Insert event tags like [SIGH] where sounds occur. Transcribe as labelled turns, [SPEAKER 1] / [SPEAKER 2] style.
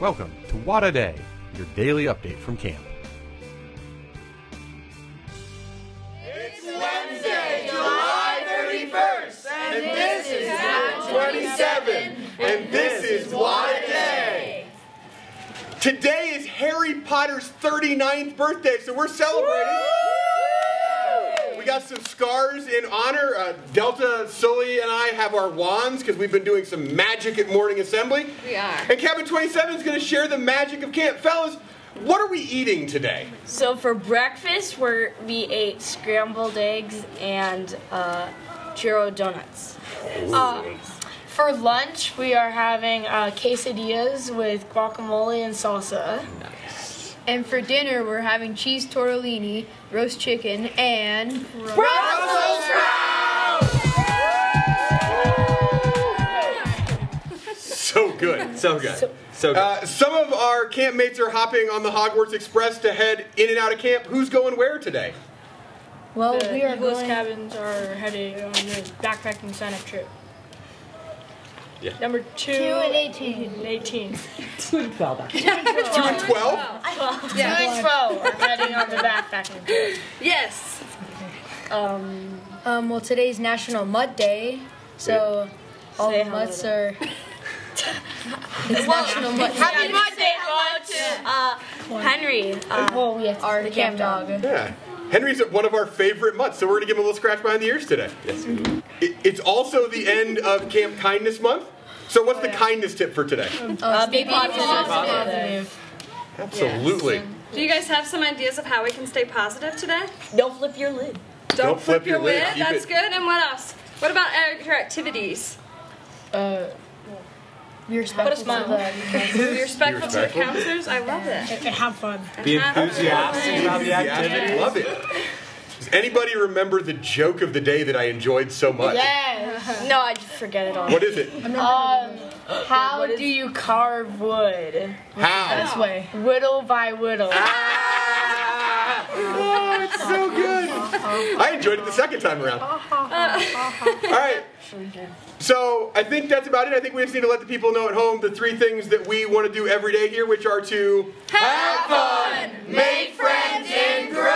[SPEAKER 1] Welcome to What a Day, your daily update from camp.
[SPEAKER 2] and this is why day. Today is Harry Potter's 39th birthday, so we're celebrating. We got some scars in honor. Uh, Delta, Sully, and I have our wands because we've been doing some magic at morning assembly.
[SPEAKER 3] We are.
[SPEAKER 2] And Cabin 27 is going to share the magic of camp. Fellas, what are we eating today?
[SPEAKER 4] So for breakfast, we're, we ate scrambled eggs and uh, churro donuts. Uh, for lunch, we are having uh, quesadillas with guacamole and salsa.
[SPEAKER 5] And for dinner, we're having cheese tortellini, roast chicken, and
[SPEAKER 2] So good.
[SPEAKER 6] So good. So good.
[SPEAKER 2] Uh, some of our campmates are hopping on the Hogwarts Express to head in and out of camp. Who's going where today?
[SPEAKER 5] well,
[SPEAKER 4] the
[SPEAKER 5] we are
[SPEAKER 4] Eagles
[SPEAKER 5] going.
[SPEAKER 4] cabins are headed on the backpacking sign-up trip.
[SPEAKER 6] Yeah.
[SPEAKER 4] Number two, two
[SPEAKER 5] and
[SPEAKER 4] 18. And 18.
[SPEAKER 2] Two and twelve.
[SPEAKER 4] Two and 12 are heading on the backpacking trip.
[SPEAKER 3] Yes.
[SPEAKER 4] Um,
[SPEAKER 5] Um, well, today's National Mud Day, so all
[SPEAKER 4] Say
[SPEAKER 5] the mutts
[SPEAKER 4] hello. [LAUGHS]
[SPEAKER 5] are. it's National Mud
[SPEAKER 4] happy Monday, uh, Henry. Uh,
[SPEAKER 5] Well, we have to our
[SPEAKER 4] the
[SPEAKER 5] camp
[SPEAKER 4] camp
[SPEAKER 5] dog.
[SPEAKER 2] Yeah. Henry's one of our favorite mutts, so we're gonna give him a little scratch behind the ears today.
[SPEAKER 6] yes, we do.
[SPEAKER 2] It- It's also the end of Camp Kindness Month. So what's
[SPEAKER 3] Oh,
[SPEAKER 2] the kindness tip for today?
[SPEAKER 4] uh, be positive.
[SPEAKER 2] Absolutely.
[SPEAKER 3] Do you guys have some ideas of how we can stay positive today?
[SPEAKER 4] Don't flip your lid.
[SPEAKER 3] Don't, flip, your lid.
[SPEAKER 2] Keep
[SPEAKER 3] That's
[SPEAKER 2] it-
[SPEAKER 3] good. And what else? What about your activities?
[SPEAKER 5] Uh, we respect
[SPEAKER 4] Put a smile.
[SPEAKER 3] Be respectful,
[SPEAKER 2] respectful.
[SPEAKER 3] to the counselors. I love that.
[SPEAKER 4] Have fun.
[SPEAKER 6] Be enthusiastic about the
[SPEAKER 2] Yeah,
[SPEAKER 6] activity.
[SPEAKER 2] Love it. Does anybody remember the joke of the day that I enjoyed so much?
[SPEAKER 4] Yes. No, I just forget it all.
[SPEAKER 2] What is it?
[SPEAKER 4] Um, how do you carve wood?
[SPEAKER 2] How?
[SPEAKER 5] This way.
[SPEAKER 4] Whittle by whittle.
[SPEAKER 2] Oh, it's so good. I enjoyed it the second time [LAUGHS] around. All right. So I think that's about it. I think we just need to let the people know at home the three things that we want to do every day here, which are to have fun, make friends, and grow.